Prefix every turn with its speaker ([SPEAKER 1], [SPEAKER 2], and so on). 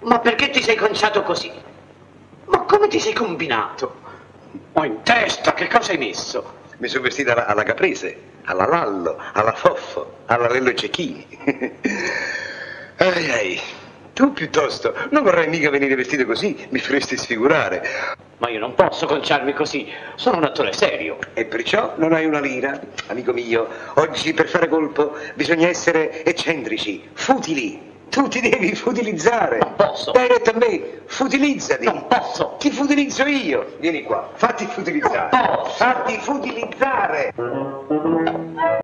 [SPEAKER 1] Ma perché ti sei conciato così? Ma come ti sei combinato? Ma in testa che cosa hai messo?
[SPEAKER 2] Mi sono vestita alla, alla Caprese, alla Lallo, alla Foffo, alla Lello Cecchini. ai ai, tu piuttosto non vorrai mica venire vestito così, mi faresti sfigurare.
[SPEAKER 1] Ma io non posso conciarmi così, sono un attore serio.
[SPEAKER 2] E perciò non hai una lira, amico mio. Oggi per fare colpo bisogna essere eccentrici, futili. Tu ti devi futilizzare.
[SPEAKER 1] Non posso.
[SPEAKER 2] Dai retta a me, futilizzati.
[SPEAKER 1] Non posso.
[SPEAKER 2] Ti futilizzo io. Vieni qua, fatti futilizzare.
[SPEAKER 1] Non posso.
[SPEAKER 2] Fatti futilizzare.